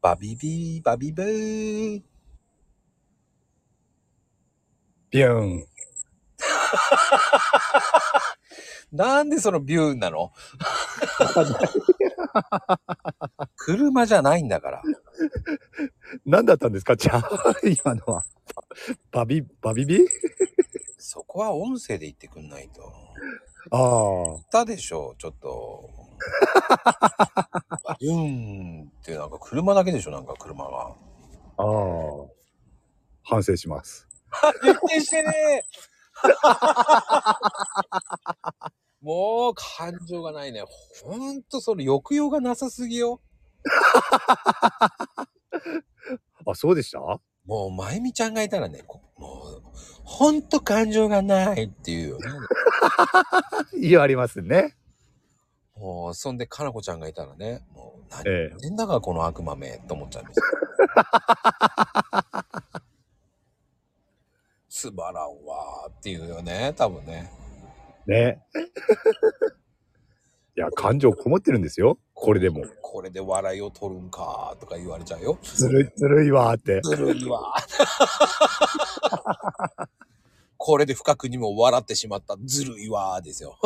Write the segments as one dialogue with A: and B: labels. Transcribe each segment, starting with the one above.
A: バビビー、バビブー。
B: ビュー ン。
A: なんでそのビューンなの車じゃないんだから。
B: 何だったんですかじ ゃあ、今のは。バビ、バビビ
A: そこは音声で言ってくんないと。言
B: ああ。
A: ったでしょ、ちょっと。バビューンってなんか車だけでしょ、なんか車が。
B: ああ。反省します。
A: 徹底してね もう感情がないね。ほんとその抑揚がなさすぎよ。
B: あ、そうでした
A: もう、まゆみちゃんがいたらね、こもう、ほんと感情がないっていうよね。
B: いや、ありますね。
A: もう、そんで、かなこちゃんがいたらね、もう、何言
B: ええ
A: っ。てんだか、この悪魔め、と思っちゃいます。 つまらんわーっていうよね、多分ね。
B: ね。 いや、感情こもってるんですよ。これでも。
A: これで笑いを取るんかーとか言われちゃうよ。
B: ずるい、ずるいわーって。
A: ずるいわー これで不覚にも笑ってしまったずるいわーですよ。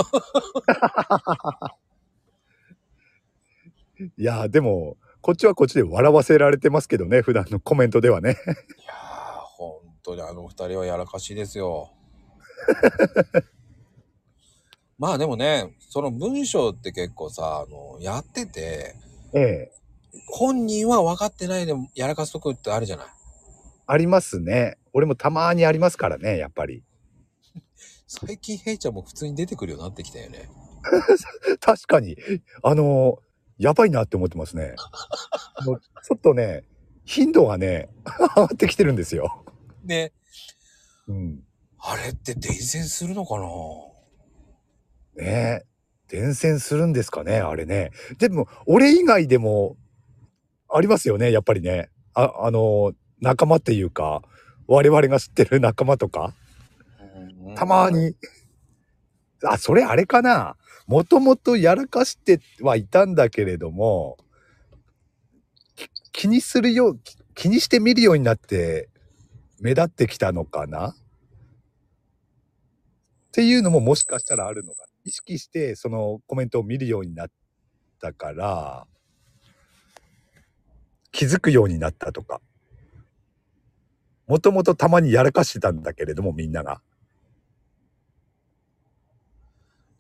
B: いや、でも、こっちはこっちで笑わせられてますけどね。普段のコメントではね。
A: いやー、本当にあの二人はやらかしです よ。まあでもね、その文章って結構さ、あの、やってて、
B: ええ。
A: 本人は分かってないでもやらかすとこってあるじゃない。
B: ありますね。俺もたまーにありますからね、やっぱり。
A: 最近、ヘイちゃんも普通に出てくるようになってきたよね。
B: 確かに、あのーやばいなって思ってますね。もうちょっとね、頻度がね、上がってきてるんですよ。
A: ね、
B: うん。
A: あれって伝染するのかな
B: ねえ。伝染するんですかね、あれね。でも、俺以外でも、ありますよね、やっぱりね。あ、あのー仲間っていうか、我々が知ってる仲間とか、たま。に。あ、それあれかな。もともとやらかしてはいたんだけれども、き気にするよう、き気にして見るようになって目立ってきたのかなっていうのももしかしたらあるのか。意識してそのコメントを見るようになったから、気づくようになったとか。もともとたまにやらかしてたんだけれども、みんなが。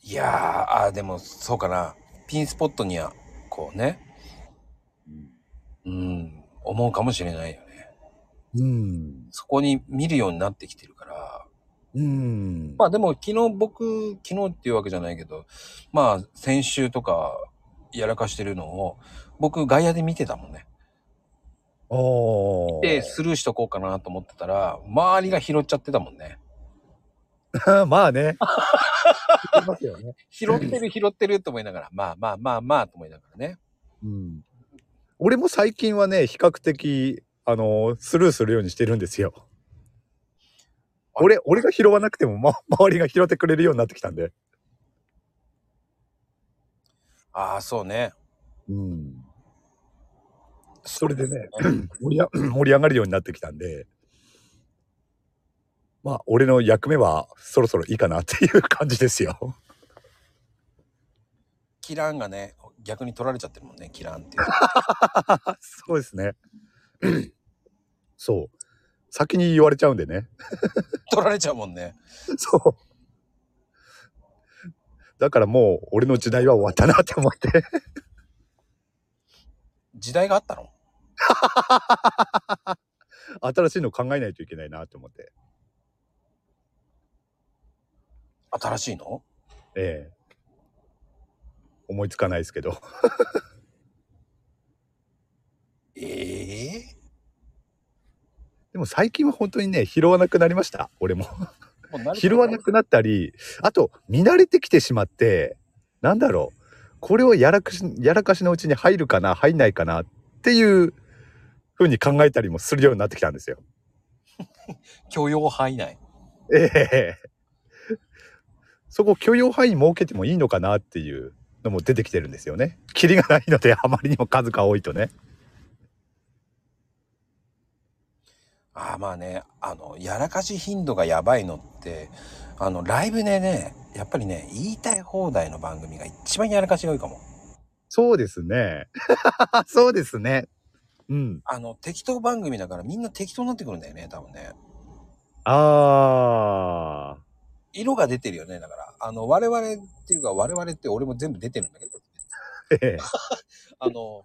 A: いやー、あー、でもそうかな。ピンスポットには、こうね、うん、思うかもしれないよね。
B: うん。
A: そこに見るようになってきてるから。
B: うん。
A: まあでも昨日僕、昨日っていうわけじゃないけど、まあ先週とかやらかしてるのを、僕外野で見てたもんね。
B: お
A: で、 スルーしとこうかなと思ってたら、周りが拾っちゃってたもんね。
B: ーまあね。言ってますよね。
A: 拾ってる拾ってると思いながら、まあまあまあまあと思いながらね。
B: うん。俺も最近はね、比較的、あのスルーするようにしてるんですよ。
A: あれ
B: 俺、俺が拾わなくても、ま、周りが拾ってくれるようになってきたんで。
A: ああ、そうね。
B: うん。それでね
A: そうですね。
B: 盛りあ 盛り上がるようになってきたんで。まあ、俺の役目はそろそろいいかなっていう感じですよ。
A: キランがね、逆に取られちゃってるもんね、キランっていう。
B: あそうですね。そう。先に言われちゃうんでね。
A: 取られちゃうもんね。
B: そう。だからもう俺の時代は終わったなって思って。
A: 時代があったの
B: 新しいの考えないといけないなって思って。
A: 新しいの
B: ええ。思いつかないですけど。
A: ええ
B: でも最近は本当にね、拾わなくなりました。俺も。
A: もう慣れて
B: 拾
A: る
B: わなくなったり、あと見慣れてきてしまって、なんだろう。これをやらかし、やらかしのうちに入るかな、入んないかなっていうふうに考えたりもするようになってきたんですよ。
A: 許容範囲内。
B: ええそこ許容範囲設けてもいいのかなっていうのも出てきてるんですよね。キリがないのであまりにも数が多いとね。
A: ああまあね、あの、やらかし頻度がやばいのって、あの、ライブでね、やっぱりね、言いたい放題の番組が一番やらかしが多いかも。
B: そうですね。 そうですね。うん。
A: あの、適当番組だからみんな適当になってくるんだよね、多分ね。
B: ああ。
A: 色が出てるよね、だから。あの、我々っていうか、我々って俺も全部出てるんだけど、
B: ええ。
A: あの、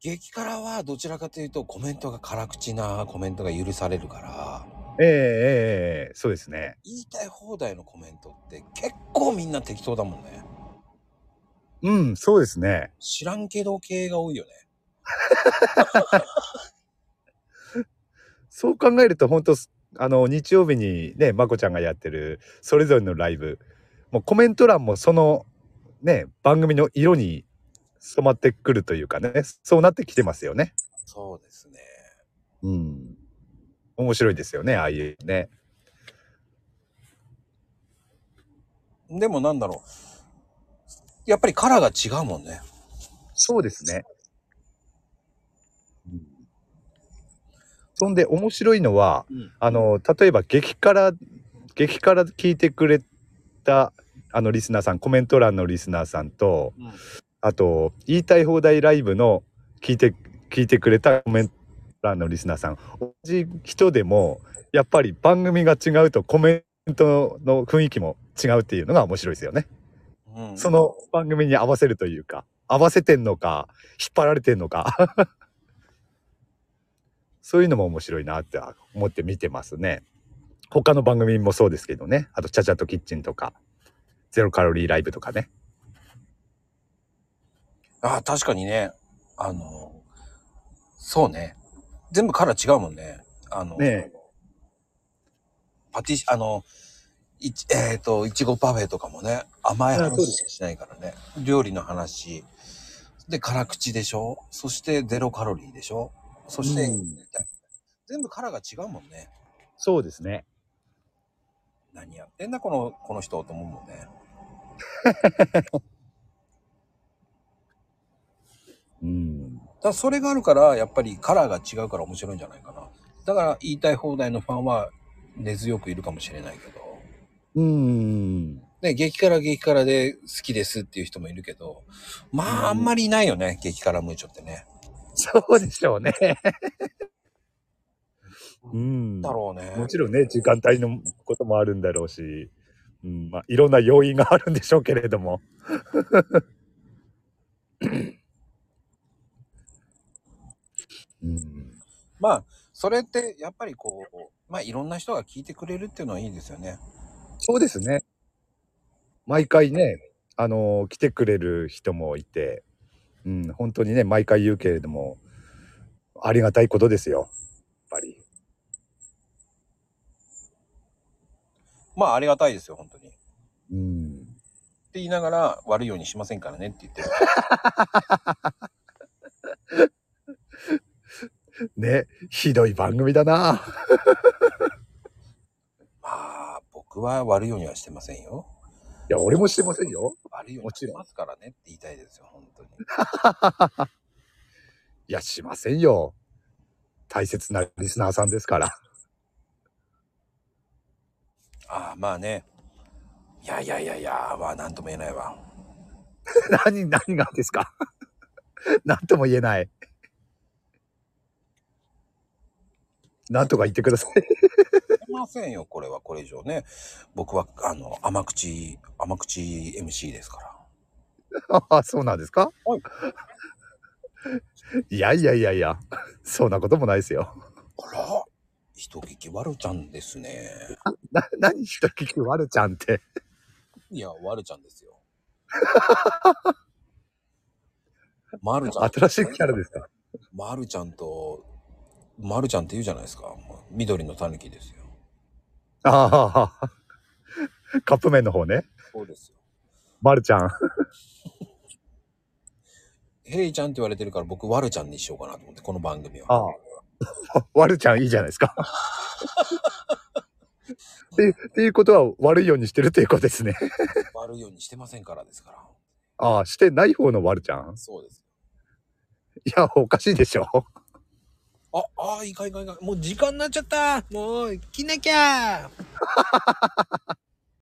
A: 激辛はどちらかというとコメントが辛口なコメントが許されるから、
B: ええええええそうですね。
A: 言いたい放題のコメントって結構みんな適当だもんね。
B: うん、そうですね。
A: 知らんけど系が多いよね。
B: そう考えると、本当あの、日曜日にね、まこちゃんがやってる、それぞれのライブ、もうコメント欄もその、ね、番組の色に染まってくるというかね、そうなってきてますよね。
A: そうですね。
B: うん。面白いですよね、ああいうね。
A: でもなんだろう。やっぱりカラーが違うもんね。
B: そうですね。うんそんで面白いのは、
A: うん
B: あの例えば激辛激辛聞いてくれたあのリスナーさんコメント欄のリスナーさんと
A: うん。
B: あと言いたい放題ライブの聞いて聞いてくれたコメント欄のリスナーさん同じ人でもやっぱり番組が違うとコメントの雰囲気も違うっていうのが面白いですよね。
A: うん、
B: その番組に合わせるというか、合わせてんのか、引っ張られてんのか。 そういうのも面白いなって思って見てますね。他の番組もそうですけどね。あと、ちゃちゃとキッチンとか、ゼロカロリーライブとかね。
A: ああ、確かにね。あの、そうね。全部カラー違うもんね。あの、
B: ねえ
A: パティシ、あの、いちえっ、と、いちごパフェとかもね、甘い
B: あそうで
A: 話
B: す
A: しかしないからね。料理の話。で、辛口でしょそしてゼロカロリーでしょそして、
B: うん
A: 全部カラーが違うもんね。
B: そうですね。
A: 何やってんだ、この、この人と思うもんね。
B: うん。
A: だからそれがあるからやっぱりカラーが違うから面白いんじゃないかなだから言いたい放題のファンは根強くいるかもしれないけど
B: うん。
A: ね激辛激辛で好きですっていう人もいるけどまああ
B: うん
A: んまりいないよね、激辛ムーチョってね
B: そうでしょう ね。うん。
A: だろうね
B: もちろんね、時間帯のこともあるんだろうし、うん、まあ、いろんな要因があるんでしょうけれども。うん、
A: まあそれってやっぱりこうまあいろんな人が聞いてくれるっていうのはいいですよね
B: そうですね。毎回ね、あの来てくれる人もいて、うん、本当にね、毎回言うけれども、ありがたいことですよ、やっぱり。
A: まあありがたいですよ本当にって
B: うん、
A: 言いながら悪いようにしませんからねって言ってる
B: ね、ひどい番組だな。
A: まあ僕は悪いようにはしてませんよ
B: いや、俺もしてませんよ。
A: 悪いようにしてますからねって言いたいですよ本当に
B: いや、しませんよ。大切なリスナーさんですから。
A: ああまあねいやいやいやいやまあ何とも言えないわ
B: 何、何がですか 何とも言えない。何とか言ってください。
A: いけませんよこれはこれ以上ね僕はあの甘口甘口 MC ですから
B: あそうなんですか
A: はい
B: いやいやいやいや、そんなこともないですよ。
A: あら人聞き悪ちゃんですね
B: な、何人聞き悪ちゃんって。
A: いや悪ちゃんです よまるちゃん
B: 新しいキャラですか
A: まるちゃんとまるちゃんって言うじゃないですかもう緑のたぬきですよ
B: ああ、カップ麺の方ね。
A: そうですよ
B: まるちゃん。
A: ヘイちゃんって言われてるから僕わるちゃんにしようかなと思ってこの番組は
B: あ わるちゃんいいじゃないですか。って、っていうことは悪いようにしてるっていうことですね。
A: 悪いようにしてませんからですから
B: ああ、してない方のわるちゃん
A: そうです
B: いや、おかしいでしょ。
A: あ、あ、いかんいかんいかん。もう時間になっちゃった。もう、切んなきゃ。